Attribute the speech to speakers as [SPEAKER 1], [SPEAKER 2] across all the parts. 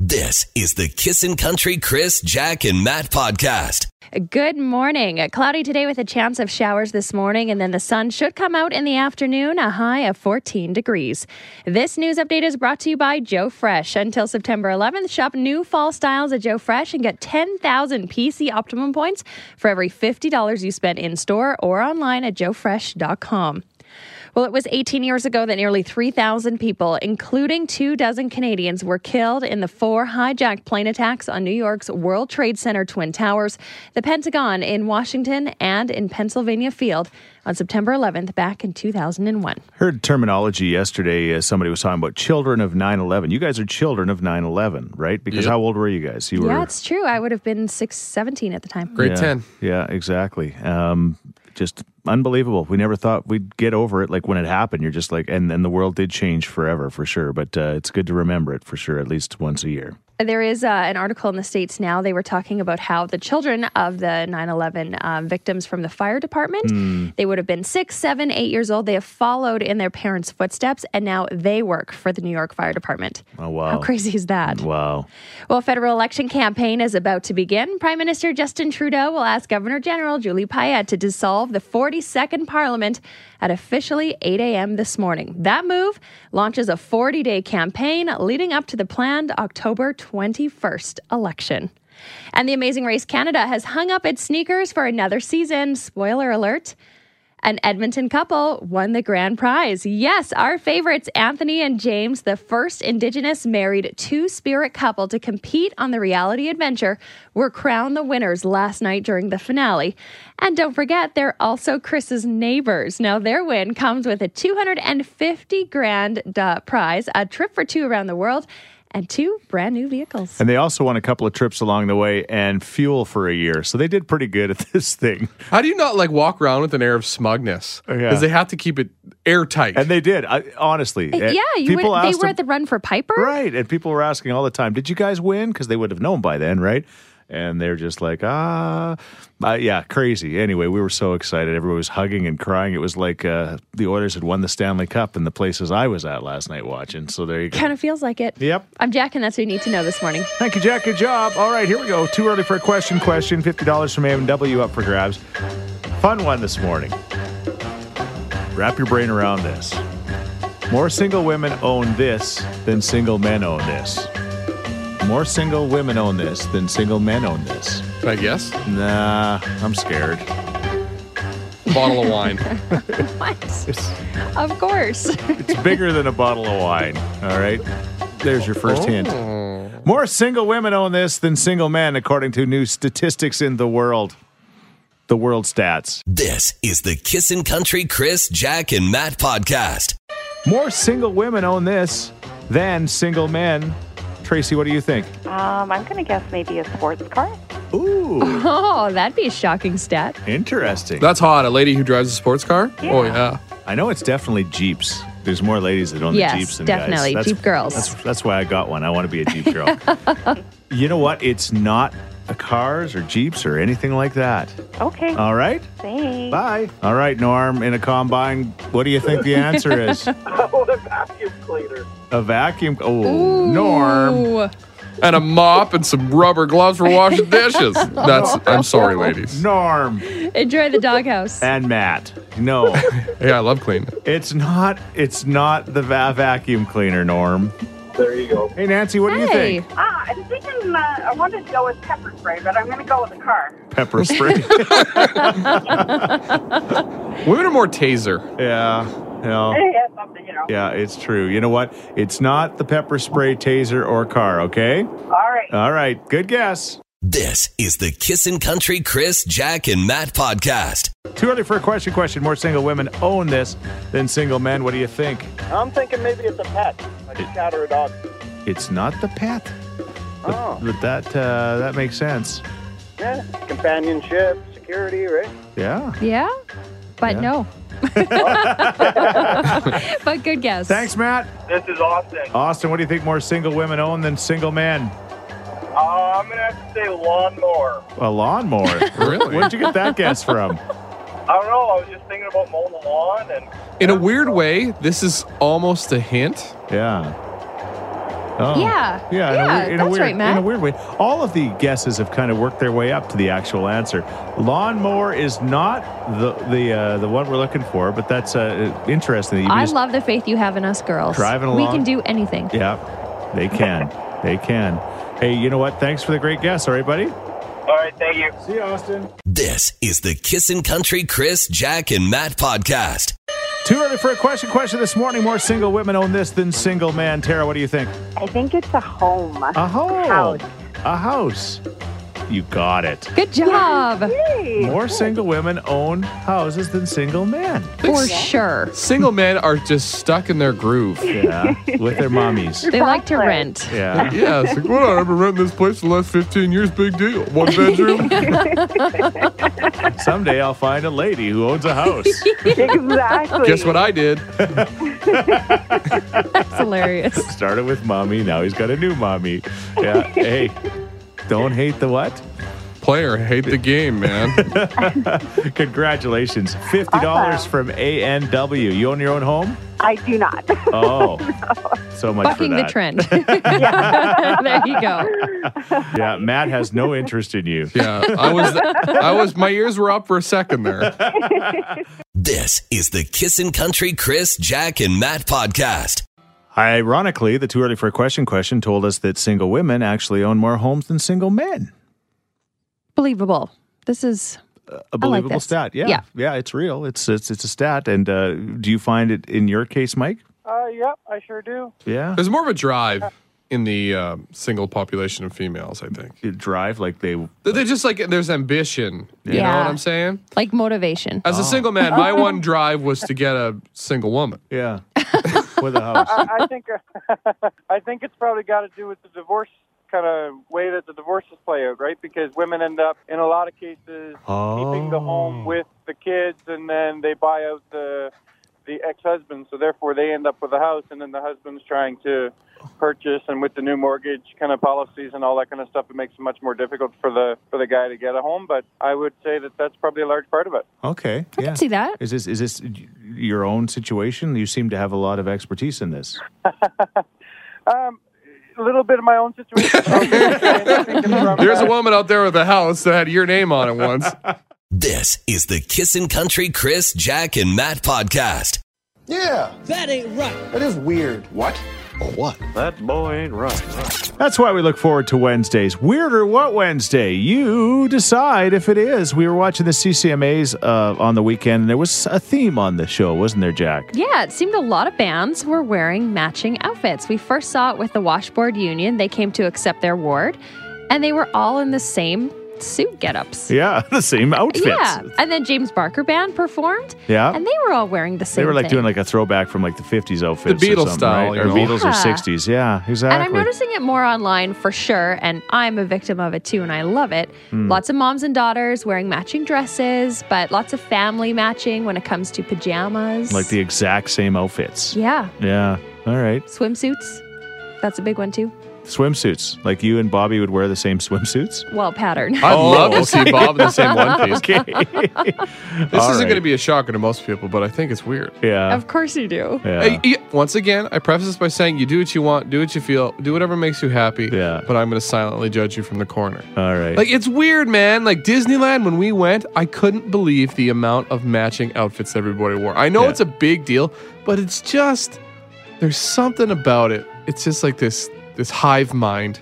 [SPEAKER 1] This is the Kissin' Country Chris, Jack, and Matt podcast.
[SPEAKER 2] Good morning. Uh, Cloudy today with a chance of showers this morning, and then the sun should come out in the afternoon, a high of 14 degrees. This news update is brought to you by Joe Fresh. Until September 11th, shop new fall styles at Joe Fresh and get 10,000 PC Optimum points for every $50 you spend in store or online at joefresh.com. Well, it was 18 years ago that nearly 3,000 people, including two dozen Canadians, were killed in the four hijacked plane attacks on New York's World Trade Center Twin Towers, the Pentagon in Washington, and in Pennsylvania Field on September 11th back in 2001.
[SPEAKER 3] Heard terminology yesterday. Uh, somebody was talking about children of 9 11. You guys are children of 9 11, right? Because how old were you guys? You
[SPEAKER 2] Yeah,
[SPEAKER 3] were.
[SPEAKER 2] it's true. I would have been 6, 17 at the time.
[SPEAKER 4] Grade
[SPEAKER 3] yeah,
[SPEAKER 4] 10.
[SPEAKER 3] Yeah, exactly. Um, just unbelievable. We never thought we'd get over it. Like when it happened, you're just like, and then the world did change forever, for sure. But uh, it's good to remember it for sure, at least once a year.
[SPEAKER 2] There is uh, an article in the States now. They were talking about how the children of the 9 11 um, victims from the fire department,
[SPEAKER 3] Hmm.
[SPEAKER 2] they would have been six, seven, eight years old. They have followed in their parents' footsteps, and now they work for the New York Fire Department.
[SPEAKER 3] Oh, wow.
[SPEAKER 2] How crazy is that?
[SPEAKER 3] Wow.
[SPEAKER 2] Well, a federal election campaign is about to begin. Prime Minister Justin Trudeau will ask Governor General Julie Payette to dissolve the 42nd Parliament at officially 8 a.m. this morning. That move launches a 40 day campaign leading up to the planned October 21st election. And the Amazing Race Canada has hung up its sneakers for another season. Spoiler alert. An Edmonton couple won the grand prize. Yes, our favorites, Anthony and James, the first Indigenous married two spirit couple to compete on the reality adventure, were crowned the winners last night during the finale. And don't forget, they're also Chris's neighbors. Now, their win comes with a 250 grand uh, prize, a trip for two around the world, and two brand new vehicles.
[SPEAKER 3] And they also won a couple of trips along the way and fuel for a year. So they did pretty good at this thing.
[SPEAKER 4] How do you not like walk around with an air of smugness?
[SPEAKER 3] Oh, yeah.
[SPEAKER 4] they have to keep it airtight.
[SPEAKER 3] And they did. I, honestly.
[SPEAKER 2] Uh,
[SPEAKER 3] eh,
[SPEAKER 2] yeah, you would,
[SPEAKER 3] people
[SPEAKER 2] they
[SPEAKER 3] asked
[SPEAKER 2] were
[SPEAKER 3] them-
[SPEAKER 2] at the run for Piper.
[SPEAKER 3] Right. And people were asking all the time, did you guys win? Because they would have known by then, right? And they're just like, ah, uh, yeah, crazy. Anyway, we were so excited. Everyone was hugging and crying. It was like uh, the Oilers had won the Stanley Cup in the places I was at last night watching. So there you go.
[SPEAKER 2] Kind of feels like it.
[SPEAKER 3] Yep.
[SPEAKER 2] I'm Jack, and that's what you need to know this morning.
[SPEAKER 3] Thank you, Jack. Good job. All right, here we go. Too early for a question. Question $50 from A&W up for grabs. Fun one this morning. Wrap your brain around this. More single women own this than single men own this. More single women own this than single men own this.
[SPEAKER 4] Can I guess?
[SPEAKER 3] Nah, I'm scared.
[SPEAKER 4] Bottle of wine.
[SPEAKER 2] What?
[SPEAKER 3] It's,
[SPEAKER 2] Of course.
[SPEAKER 3] it's bigger than a bottle of wine. All right. There's your first hint. More single women own this than single men, according to new statistics in the world. The world stats.
[SPEAKER 1] This is the Kissin' Country Chris, Jack, and Matt podcast.
[SPEAKER 3] More single women own this than single men. Tracy, what do you think?
[SPEAKER 5] Um, I'm going to guess maybe a sports car.
[SPEAKER 3] Ooh,
[SPEAKER 2] Oh, that'd be a shocking stat.
[SPEAKER 3] interesting.
[SPEAKER 4] That's hot. A lady who drives a sports car? Oh, yeah.
[SPEAKER 3] I know it's definitely Jeeps. There's more ladies that own
[SPEAKER 2] Yes,
[SPEAKER 3] the Jeeps than
[SPEAKER 2] definitely.
[SPEAKER 3] guys.
[SPEAKER 2] Jeep girls.
[SPEAKER 3] That's, that's why I got one. I want to be a Jeep girl. you know what? It's not a cars or Jeeps or anything like that.
[SPEAKER 5] Okay,
[SPEAKER 3] All right?
[SPEAKER 5] thanks.
[SPEAKER 3] Bye. All right, Norm, in a combine, what do you think the answer is?
[SPEAKER 6] Oh, a vacuum cleaner.
[SPEAKER 3] A vacuum. Oh, Norm.
[SPEAKER 2] Ooh.
[SPEAKER 4] And a mop and some rubber gloves for washing dishes. That's, I'm sorry, ladies.
[SPEAKER 3] Norm
[SPEAKER 2] Enjoy the doghouse.
[SPEAKER 3] and Matt. No,
[SPEAKER 4] Yeah, I love cleaning.
[SPEAKER 3] it's not. It's not the va- vacuum cleaner, Norm.
[SPEAKER 6] There you go.
[SPEAKER 3] Hey, Nancy, what do you
[SPEAKER 2] Hey,
[SPEAKER 3] think?
[SPEAKER 7] Ah, I'm thinking uh, I wanted to go with pepper spray, but I'm going to go with the car.
[SPEAKER 3] Pepper spray.
[SPEAKER 4] Women are more taser.
[SPEAKER 3] yeah. No.
[SPEAKER 7] Yeah, something, you know.
[SPEAKER 3] Yeah, it's true. You know what? It's not the pepper spray, taser, or car. Okay.
[SPEAKER 7] All right.
[SPEAKER 3] All right. Good guess.
[SPEAKER 1] This is the Kissin' Country Chris, Jack, and Matt podcast.
[SPEAKER 3] Too early for a question. Question. More single women own this than single men. What do you think?
[SPEAKER 6] I'm thinking maybe it's a pet, like a cat or a dog.
[SPEAKER 3] It's not the pet. But,
[SPEAKER 6] Oh.
[SPEAKER 3] but that uh, that makes sense.
[SPEAKER 6] Yeah, companionship, security, right?
[SPEAKER 3] Yeah.
[SPEAKER 2] Yeah? But
[SPEAKER 3] Yeah.
[SPEAKER 2] no. but good guess.
[SPEAKER 3] Thanks, Matt.
[SPEAKER 6] This is Austin.
[SPEAKER 3] Austin, what do you think more single women own than single men?
[SPEAKER 6] Uh, I'm going to have to say lawnmower.
[SPEAKER 3] A lawnmower.
[SPEAKER 4] Really?
[SPEAKER 3] Where'd you get that guess from?
[SPEAKER 6] I don't know. I was just thinking about mowing the lawn and
[SPEAKER 4] In a weird way, this is almost a hint.
[SPEAKER 3] Yeah. Oh.
[SPEAKER 2] Yeah.
[SPEAKER 3] Yeah.
[SPEAKER 2] Yeah,
[SPEAKER 3] in a weird, in a
[SPEAKER 2] that's
[SPEAKER 3] weird,
[SPEAKER 2] right, Matt.
[SPEAKER 3] In a weird way. All of the guesses have kind of worked their way up to the actual answer. Lawnmower is not the the uh, the one we're looking for, but that's uh, interesting. that you
[SPEAKER 2] I
[SPEAKER 3] just-
[SPEAKER 2] love the faith you have in us girls.
[SPEAKER 3] Driving
[SPEAKER 2] We
[SPEAKER 3] along.
[SPEAKER 2] can do anything.
[SPEAKER 3] Yeah, they can. they can. Hey, you know what? Thanks for the great guess. All right, buddy.
[SPEAKER 6] All right, thank you.
[SPEAKER 3] See you, Austin.
[SPEAKER 1] This is the Kissin' Country Chris, Jack, and Matt podcast.
[SPEAKER 3] Too early for a question. Question this morning. More single women own this than single men. Tara, what do you think?
[SPEAKER 5] I think it's a home.
[SPEAKER 3] A home.
[SPEAKER 5] House.
[SPEAKER 3] A house. You got it.
[SPEAKER 2] Good job.
[SPEAKER 3] More single women own houses than single men.
[SPEAKER 2] For sure.
[SPEAKER 4] Single men are just stuck in their groove.
[SPEAKER 3] Yeah, with their mommies.
[SPEAKER 2] They like to rent.
[SPEAKER 3] Yeah.
[SPEAKER 4] Yeah, it's like, well, I've been renting this place for the last 15 years, big deal. One bedroom.
[SPEAKER 3] Someday I'll find a lady who owns a house.
[SPEAKER 5] exactly.
[SPEAKER 4] Guess what I did?
[SPEAKER 2] That's hilarious.
[SPEAKER 3] Started with mommy, now he's got a new mommy. Yeah. Hey, don't hate the what?
[SPEAKER 4] Player, hate the game, man.
[SPEAKER 3] Congratulations. $50 from ANW. You own your own home?
[SPEAKER 5] I do not.
[SPEAKER 3] Oh. So much
[SPEAKER 2] Bucking
[SPEAKER 3] for
[SPEAKER 2] the
[SPEAKER 3] that.
[SPEAKER 2] trend. there you go.
[SPEAKER 3] Yeah, Matt has no interest in you.
[SPEAKER 4] Yeah, I was, I was, my ears were up for a second there.
[SPEAKER 1] This is the Kissin' Country Chris, Jack, and Matt podcast.
[SPEAKER 3] Ironically, the too early for a question question told us that single women actually own more homes than single men.
[SPEAKER 2] Believable. This is
[SPEAKER 3] a believable
[SPEAKER 2] this.
[SPEAKER 3] stat. Yeah.
[SPEAKER 2] Yeah.
[SPEAKER 3] yeah, it's real. It's it's it's a stat. And uh, do you find it in your case, Mike?
[SPEAKER 6] Uh, yep, I sure do.
[SPEAKER 3] Yeah,
[SPEAKER 4] There's more of a drive in the uh, single population of females, I think.
[SPEAKER 3] You drive like they.
[SPEAKER 4] They- They're just like, there's ambition. You know
[SPEAKER 2] Yeah.
[SPEAKER 4] what I'm saying?
[SPEAKER 2] like motivation.
[SPEAKER 3] Oh.
[SPEAKER 4] As a single man, my one drive was to get a single woman.
[SPEAKER 3] Yeah, with a house.
[SPEAKER 6] I think uh, I think it's probably got to do with the divorce kind of way that the divorces play out, right? Because women end up in a lot of cases keeping the home
[SPEAKER 3] Oh.
[SPEAKER 6] with the kids, and then they buy out the the ex-husband, so therefore they end up with a house, and then the husband's trying to purchase, and with the new mortgage kind of policies and all that kind of stuff, it makes it much more difficult for the for the guy to get a home. But I would say that that's probably a large part of it.
[SPEAKER 3] Okay.
[SPEAKER 2] I
[SPEAKER 3] yeah.
[SPEAKER 2] can see that.
[SPEAKER 3] Is this is this your own situation? You seem to have a lot of expertise in this.
[SPEAKER 6] Um, a little bit of my own situation. I think it's from,
[SPEAKER 4] There's
[SPEAKER 6] uh,
[SPEAKER 4] a woman out there with a house that had your name on it once.
[SPEAKER 1] This is the Kissin' Country Chris, Jack, and Matt podcast.
[SPEAKER 8] Yeah,
[SPEAKER 9] That ain't right.
[SPEAKER 8] that is weird. What? Or what?
[SPEAKER 3] That's why we look forward to Wednesdays. Weird or What Wednesday? You decide if it is. We were watching the CCMAs uh, on the weekend, and there was a theme on the show, wasn't there, Jack?
[SPEAKER 2] Yeah, it seemed a lot of bands were wearing matching outfits. We first saw it with the Washboard Union. They came to accept their award, and they were all in the same suit getups.
[SPEAKER 3] Yeah, the same outfits.
[SPEAKER 2] Yeah, and then James Barker Band performed,
[SPEAKER 3] Yeah.
[SPEAKER 2] and they were all wearing the same.
[SPEAKER 3] They were like
[SPEAKER 2] thing.
[SPEAKER 3] doing like a throwback from like the fifties outfits,
[SPEAKER 4] The
[SPEAKER 3] or
[SPEAKER 4] Beatles
[SPEAKER 3] something,
[SPEAKER 4] style,
[SPEAKER 3] right?
[SPEAKER 4] you
[SPEAKER 3] or
[SPEAKER 4] know.
[SPEAKER 3] Beatles or
[SPEAKER 2] Yeah.
[SPEAKER 3] sixties. Yeah, exactly.
[SPEAKER 2] And I'm noticing it more online for sure, and I'm a victim of it too, and I love it.
[SPEAKER 3] Hmm.
[SPEAKER 2] Lots of moms and daughters wearing matching dresses, but lots of family matching when it comes to pajamas.
[SPEAKER 3] like the exact same outfits.
[SPEAKER 2] yeah,
[SPEAKER 3] Yeah. All right.
[SPEAKER 2] swimsuits. That's a big one too.
[SPEAKER 3] Swimsuits. Like you and Bobby would wear the same swimsuits.
[SPEAKER 2] Well, pattern.
[SPEAKER 4] I'd
[SPEAKER 3] Oh,
[SPEAKER 4] love to see Bob in the same one piece.
[SPEAKER 3] Okay.
[SPEAKER 4] This isn't going to be a shocker to most people, but I think it's weird.
[SPEAKER 3] Yeah.
[SPEAKER 2] Of course you do.
[SPEAKER 3] yeah.
[SPEAKER 4] Hey, y- once again, I preface this by saying you do what you want, do what you feel, do whatever makes you happy.
[SPEAKER 3] Yeah.
[SPEAKER 4] But I'm going to silently judge you from the corner.
[SPEAKER 3] All right.
[SPEAKER 4] Like it's weird, man. Like Disneyland, when we went, I couldn't believe the amount of matching outfits everybody wore. I know
[SPEAKER 3] Yeah.
[SPEAKER 4] it's a big deal, but it's just there's something about it. It's just like this this hive mind.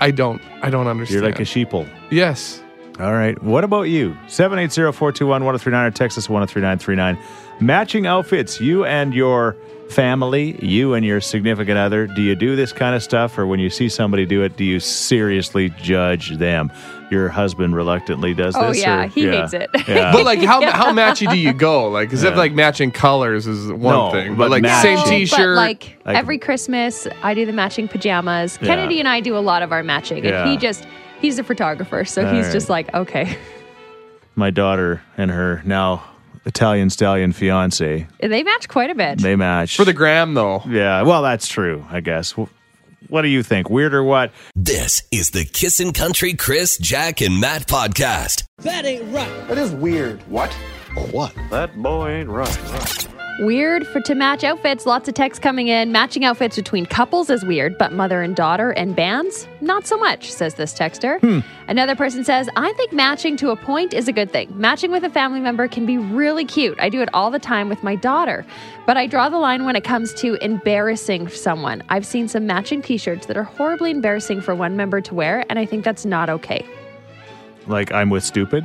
[SPEAKER 4] I don't I don't
[SPEAKER 3] You're
[SPEAKER 4] understand.
[SPEAKER 3] like a sheeple.
[SPEAKER 4] yes.
[SPEAKER 3] All right. What about you? 780-421-1039 or Texas 103939. Matching outfits, you and your family, you and your significant other. Do you do this kind of stuff or when you see somebody do it, do you seriously judge them? Your husband reluctantly does
[SPEAKER 2] Oh,
[SPEAKER 3] this.
[SPEAKER 2] yeah,
[SPEAKER 3] or-
[SPEAKER 2] he hates it.
[SPEAKER 3] Yeah.
[SPEAKER 4] But like how how matchy do you go? Like is that like matching colors is one
[SPEAKER 3] No,
[SPEAKER 4] thing,
[SPEAKER 3] but
[SPEAKER 4] but like
[SPEAKER 3] matching.
[SPEAKER 4] same
[SPEAKER 2] No,
[SPEAKER 4] t-shirt.
[SPEAKER 2] But like,
[SPEAKER 3] Like-
[SPEAKER 2] every Christmas, I do the matching pajamas.
[SPEAKER 3] Yeah.
[SPEAKER 2] Kennedy and I do a lot of our matching,
[SPEAKER 3] Yeah.
[SPEAKER 2] and he just. He's a photographer, so
[SPEAKER 3] All
[SPEAKER 2] he's
[SPEAKER 3] right.
[SPEAKER 2] just like, okay.
[SPEAKER 3] My daughter and her now Italian stallion fiance,
[SPEAKER 2] They match quite a bit.
[SPEAKER 3] they match.
[SPEAKER 4] for the gram though.
[SPEAKER 3] yeah, well, that's true, I guess. Wh- What do you think? Weird or what?
[SPEAKER 1] This is the Kissin' Country Chris, Jack, and Matt podcast.
[SPEAKER 9] That ain't right.
[SPEAKER 8] That is weird. What? Or what?
[SPEAKER 2] Weird for to match outfits. Lots of texts coming in. Matching outfits between couples is weird, but mother and daughter and bands, not so much, says this texter. Another person says, I think matching to a point is a good thing. Matching with a family member can be really cute. I do it all the time with my daughter, but I draw the line when it comes to embarrassing someone. I've seen some matching t shirts that are horribly embarrassing for one member to wear, and I think that's not okay.
[SPEAKER 3] Like I'm with stupid.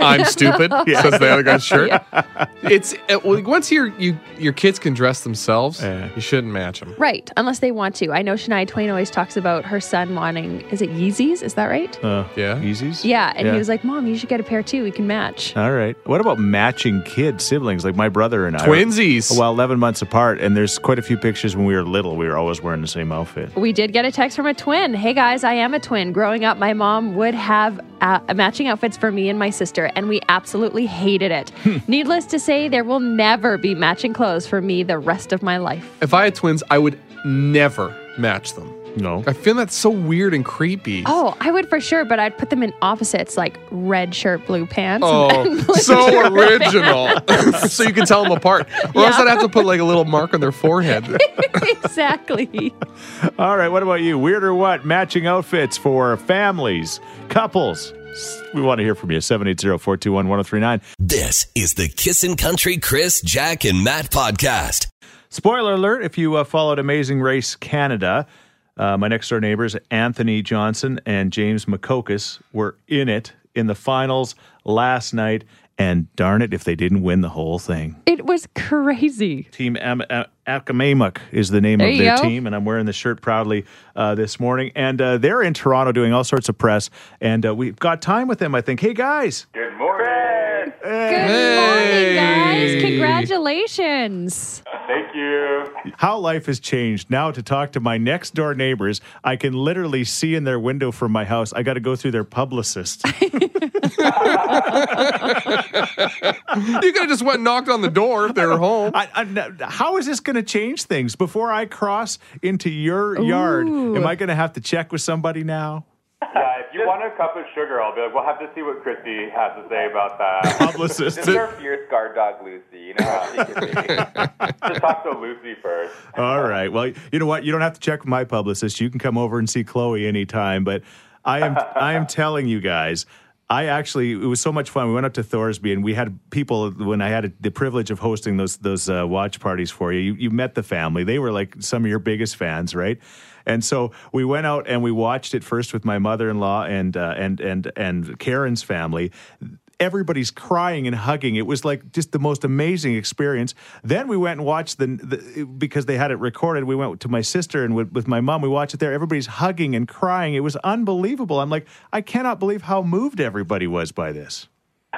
[SPEAKER 4] I'm stupid. Says the other guy's shirt.
[SPEAKER 2] Yeah.
[SPEAKER 4] It's uh, well, once your you your kids can dress themselves,
[SPEAKER 3] Yeah.
[SPEAKER 4] you shouldn't match them.
[SPEAKER 2] Right, unless they want to. I know Shania Twain always talks about her son wanting, is it Yeezys? Is that right?
[SPEAKER 3] Uh,
[SPEAKER 4] Yeah. Uh.
[SPEAKER 3] Yeezys.
[SPEAKER 2] Yeah, and he was like, Mom, you should get a pair too. We can match.
[SPEAKER 3] All right. What about matching kid siblings? Like my brother and I. are-
[SPEAKER 4] Twinsies.
[SPEAKER 3] Well, 11 months apart, and there's quite a few pictures when we were little. We were always wearing the same outfit.
[SPEAKER 2] We did get a text from a twin. Hey guys, I am a twin. Growing up, my mom would have uh, matching outfits for me and my sister, and we absolutely hated it.
[SPEAKER 4] Hmm.
[SPEAKER 2] Needless to say, there will never be matching clothes for me the rest of my life.
[SPEAKER 4] if I had twins, I would never match them.
[SPEAKER 3] No.
[SPEAKER 4] I feel that's so weird and creepy.
[SPEAKER 2] Oh, I would for sure, but I'd put them in opposites, like red shirt, blue pants.
[SPEAKER 4] Oh, so original. so you can tell them apart. Or else
[SPEAKER 2] Yeah.
[SPEAKER 4] I'd have to put like a little mark on their forehead.
[SPEAKER 2] exactly.
[SPEAKER 3] All right. What about you? Weird or what? Matching outfits for families, couples. S- We want to hear from you. 780 421 1039.
[SPEAKER 1] This is the Kissin' Country Chris, Jack, and Matt podcast.
[SPEAKER 3] Spoiler alert if you uh, followed Amazing Race Canada, uh, my next door neighbors, Anthony Johnson and James McCocus, were in it in the finals last night. And darn it, if they didn't win the whole thing.
[SPEAKER 2] It was crazy.
[SPEAKER 3] Team Am- A- Akamaimuk is the name
[SPEAKER 2] There
[SPEAKER 3] of
[SPEAKER 2] you
[SPEAKER 3] their
[SPEAKER 2] go.
[SPEAKER 3] team, and I'm wearing the shirt proudly uh, this morning. And uh, they're in Toronto doing all sorts of press, and uh, we've got time with them. I think. Hey guys,
[SPEAKER 6] Good morning.
[SPEAKER 2] Good morning,
[SPEAKER 4] Hey.
[SPEAKER 2] guys. Congratulations.
[SPEAKER 6] Thank you.
[SPEAKER 3] how life has changed now to talk to my next door neighbors. I can literally see in their window from my house. I got to go through their publicist.
[SPEAKER 4] you could have just went and knocked on the door if they were home.
[SPEAKER 3] I, I, how is this going to change things? Before I cross into your yard, am I going to have to check with somebody now?
[SPEAKER 9] Yeah, if you want a cup of sugar, I'll be like, we'll have to see what Christy has to say about that.
[SPEAKER 3] Publicist.
[SPEAKER 9] This is our fierce guard dog, Lucy. You know how she can be. Just talk to Lucy first.
[SPEAKER 3] All right. Well, you know what? You don't have to check with my publicist. You can come over and see Chloe anytime. But I am I am telling you guys, I actually it was so much fun. We went up to Thorsby and we had people when I had the privilege of hosting those those uh, watch parties for you. You you met the family. They were like some of your biggest fans, right? And so we went out and we watched it first with my mother-in-law and uh, and and and Karen's family everybody's crying and hugging. It was like just the most amazing experience. Then we went and watched the, the because they had it recorded. We went to my sister and with, with my mom. We watched it there. Everybody's hugging and crying. It was unbelievable. I'm like, I cannot believe how moved everybody was by this.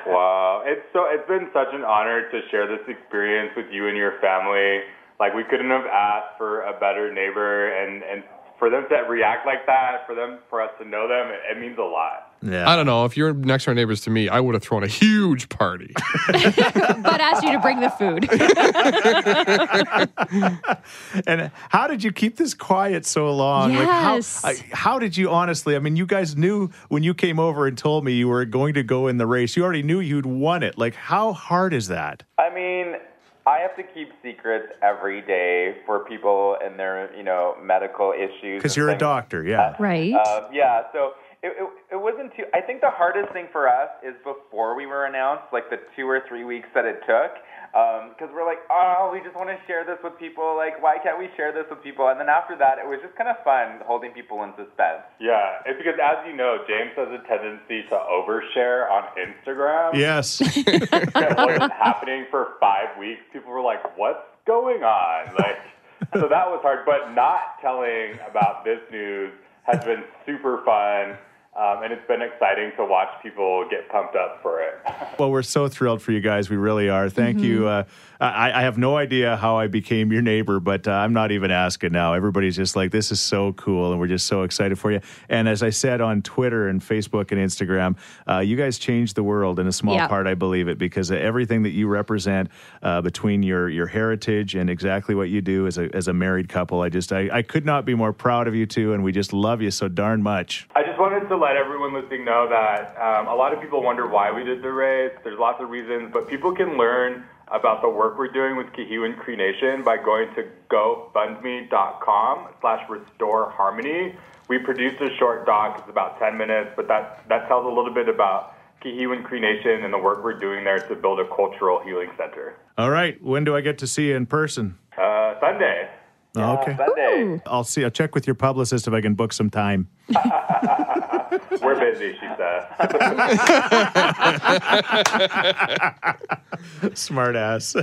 [SPEAKER 9] Wow, it's so it's been such an honor to share this experience with you and your family. Like we couldn't have asked for a better neighbor, and and for them to react like that, for them for us to know them, it, it means a lot.
[SPEAKER 3] Yeah.
[SPEAKER 4] I don't know. If you're next door neighbors to me, I would have thrown a huge party.
[SPEAKER 2] But asked you to bring the food.
[SPEAKER 3] And how did you keep this quiet so long?
[SPEAKER 2] Yes.
[SPEAKER 3] Like how, I, how did you honestly? I mean, you guys knew when you came over and told me you were going to go in the race. You already knew you'd won it. Like how hard is that?
[SPEAKER 9] I mean, I have to keep secrets every day for people and their, you know, medical issues.
[SPEAKER 3] Because
[SPEAKER 9] and
[SPEAKER 3] you're a
[SPEAKER 9] things.
[SPEAKER 3] doctor. Yeah.
[SPEAKER 2] Right.
[SPEAKER 9] Uh, yeah, so it, it, it wasn't too. I think the hardest thing for us is before we were announced, like the two or three weeks that it took, because we're like, oh, we just want to share this with people. Like, why can't we share this with people? And then after that, it was just kind of fun holding people in suspense. Yeah, it's because as you know, James has a tendency to overshare on Instagram
[SPEAKER 3] Yes.
[SPEAKER 9] that wasn't happening for five weeks. People were like, "What's going on?" Like, so that was hard. But not telling about this news has been super fun, um, and it's been exciting to watch people get pumped up for it.
[SPEAKER 3] Well, we're so thrilled for you guys. We really are. Thank you. Uh, I, I have no idea how I became your neighbor, but uh, I'm not even asking now. Everybody's just like, this is so cool, and we're just so excited for you. And as I said on Twitter and Facebook and Instagram, uh, you guys changed the world in a small
[SPEAKER 2] Yeah.
[SPEAKER 3] part. I believe it because of everything that you represent uh, between your your heritage and exactly what you do as a as a married couple. I just I, I could not be more proud of you two, and we just love you so darn much.
[SPEAKER 9] I just wanted to let everyone listening know that um, a lot of people wonder why we did the race. There's lots of reasons, but people can learn about the work we're doing with Kihiwan Cree Nation by going to gofundme.com slash restore harmony. We produced a short doc, it's about 10 minutes, but that, that tells a little bit about Kihiwan Cree Nation and the work we're doing there to build a cultural healing center.
[SPEAKER 3] All right. When do I get to see you in person?
[SPEAKER 9] Uh, Sunday.
[SPEAKER 3] Oh, okay.
[SPEAKER 9] Sunday.
[SPEAKER 3] I'll see. I'll check with your publicist if I can book some time.
[SPEAKER 9] We're busy, she said.
[SPEAKER 3] Smart ass.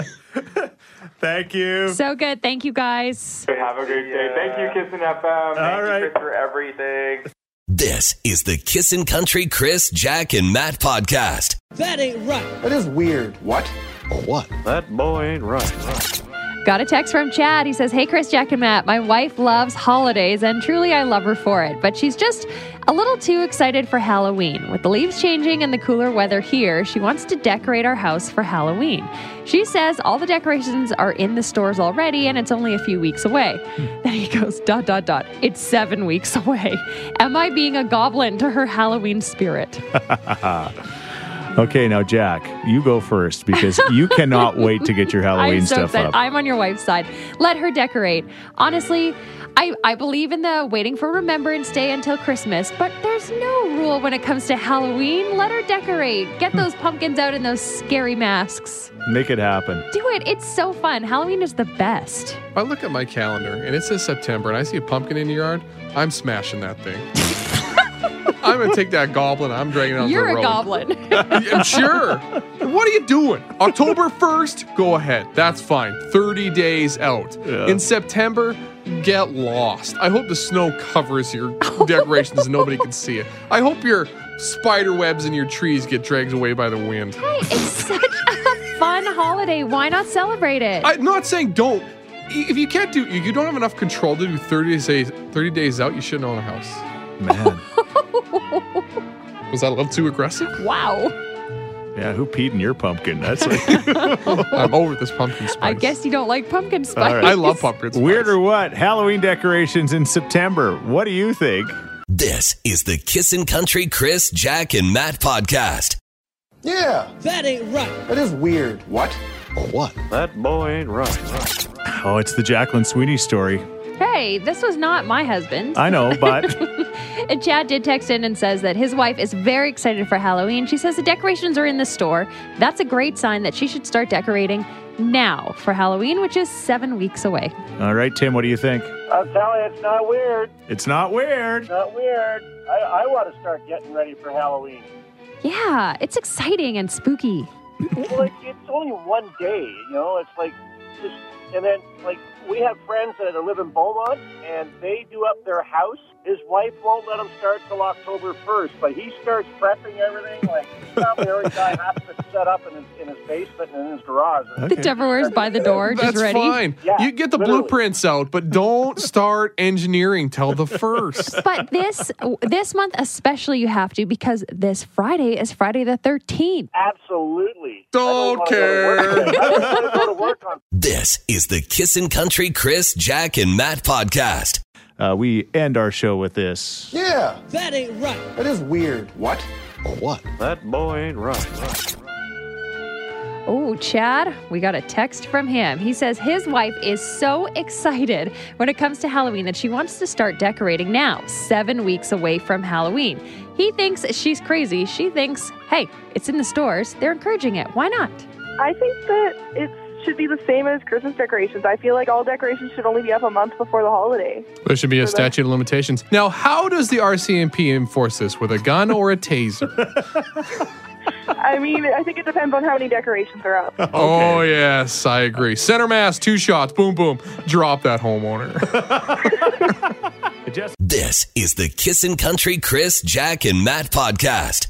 [SPEAKER 3] Thank you.
[SPEAKER 2] So good. Thank you guys.
[SPEAKER 9] Have a great day. Thank you, Kissing FM. Thank
[SPEAKER 3] All
[SPEAKER 9] you,
[SPEAKER 3] right.
[SPEAKER 9] Chris, for everything.
[SPEAKER 1] This is the Kissin' Country Chris, Jack, and Matt podcast.
[SPEAKER 8] That is weird. What? Or what?
[SPEAKER 6] Uh,
[SPEAKER 2] Got a text from Chad. He says, Hey, Chris, Jack, and Matt, my wife loves holidays, and truly I love her for it. But she's just a little too excited for Halloween. With the leaves changing and the cooler weather here, she wants to decorate our house for Halloween. She says all the decorations are in the stores already, and it's only a few weeks away. Then he goes, dot, dot, dot. It's seven weeks away. Am I being a goblin to her Halloween spirit?
[SPEAKER 3] Okay, now Jack, you go first because you cannot wait to get your Halloween
[SPEAKER 2] I'm so
[SPEAKER 3] stuff
[SPEAKER 2] excited.
[SPEAKER 3] up.
[SPEAKER 2] I'm on your wife's side. Let her decorate. Honestly, I, I believe in the waiting for Remembrance Day until Christmas, but there's no rule when it comes to Halloween. Let her decorate. Get
[SPEAKER 3] Hmm.
[SPEAKER 2] those pumpkins out and those scary masks.
[SPEAKER 3] Make it happen.
[SPEAKER 2] Do it. It's so fun. Halloween is the best.
[SPEAKER 4] If I look at my calendar and it says September and I see a pumpkin in your yard, I'm smashing that thing. I'm gonna take that goblin. I'm dragging it on
[SPEAKER 2] You're
[SPEAKER 4] the road.
[SPEAKER 2] a goblin.
[SPEAKER 4] I'm sure. What are you doing? October 1st, go ahead. That's fine. 30 days out.
[SPEAKER 3] Yeah.
[SPEAKER 4] In September, get lost. I hope the snow covers your decorations and nobody can see it. I hope your spider webs and your trees get dragged away by the wind.
[SPEAKER 2] it's such a fun holiday. Why not celebrate it?
[SPEAKER 4] I'm not saying don't. If you can't do, if you don't have enough control to do 30 days, 30 days out, you shouldn't own a house.
[SPEAKER 3] Man.
[SPEAKER 4] Was that a little too aggressive?
[SPEAKER 2] wow.
[SPEAKER 3] yeah, who peed in your pumpkin? That's like,
[SPEAKER 4] I'm over this pumpkin spice.
[SPEAKER 2] I guess you don't like pumpkin spice.
[SPEAKER 3] right.
[SPEAKER 4] I love pumpkin spice.
[SPEAKER 3] weird or what? Halloween decorations in September. What do you think?
[SPEAKER 1] This is the Kissin' Country Chris, Jack, and Matt podcast.
[SPEAKER 8] Yeah. That ain't right. That is weird. What? Or what?
[SPEAKER 3] Oh, it's the Jacqueline Sweeney story.
[SPEAKER 2] Hey, this was not my husband.
[SPEAKER 3] I know, but
[SPEAKER 2] And Uh, Chad did text in and says that his wife is very excited for Halloween. She says the decorations are in the store. That's a great sign that she should start decorating now for Halloween, which is seven weeks away.
[SPEAKER 3] all right, Tim, what do you think?
[SPEAKER 6] I'm telling you, it's not weird.
[SPEAKER 3] It's not weird.
[SPEAKER 6] Not weird. I, I want to start getting ready for Halloween.
[SPEAKER 2] Yeah, it's exciting and spooky.
[SPEAKER 6] well, like it's only one day, you know. It's like just, and then like we have friends that live in Beaumont, and they do up their house. His wife won't let him start till October first, but he starts prepping everything. Like he's probably already got half of it set up in his, in his basement and in his garage.
[SPEAKER 2] The Tupperware's by the door, just
[SPEAKER 4] That's
[SPEAKER 2] ready.
[SPEAKER 4] fine.
[SPEAKER 6] Yeah,
[SPEAKER 4] you get the
[SPEAKER 6] literally.
[SPEAKER 4] blueprints out, but don't start engineering till the first.
[SPEAKER 2] But this this month especially you have to because this Friday is Friday the 13th.
[SPEAKER 6] Absolutely.
[SPEAKER 4] Don't
[SPEAKER 6] I wanna go to work. I don't wanna go to work on
[SPEAKER 1] This is the Kissin' Country Chris, Jack, and Matt podcast.
[SPEAKER 3] Uh, we end our show with this.
[SPEAKER 8] Yeah. That ain't right. That is weird. What? Or what?
[SPEAKER 2] Oh, Chad, we got a text from him. He says his wife is so excited when it comes to Halloween that she wants to start decorating now, seven weeks away from Halloween. He thinks she's crazy. She thinks, hey, it's in the stores. They're encouraging it. Why not?
[SPEAKER 7] I think that it should be the same as Christmas decorations. I feel like all decorations should only be up a month before the holiday.
[SPEAKER 4] There should be a statute of limitations. Now, how does the RCMP enforce this? With a gun or a taser?
[SPEAKER 7] I mean, I think it depends on how many decorations are up.
[SPEAKER 4] Oh, yes, I agree. Center mass, two shots, boom, boom. Drop that homeowner.
[SPEAKER 1] This is the Kissin' Country Chris, Jack, and Matt podcast.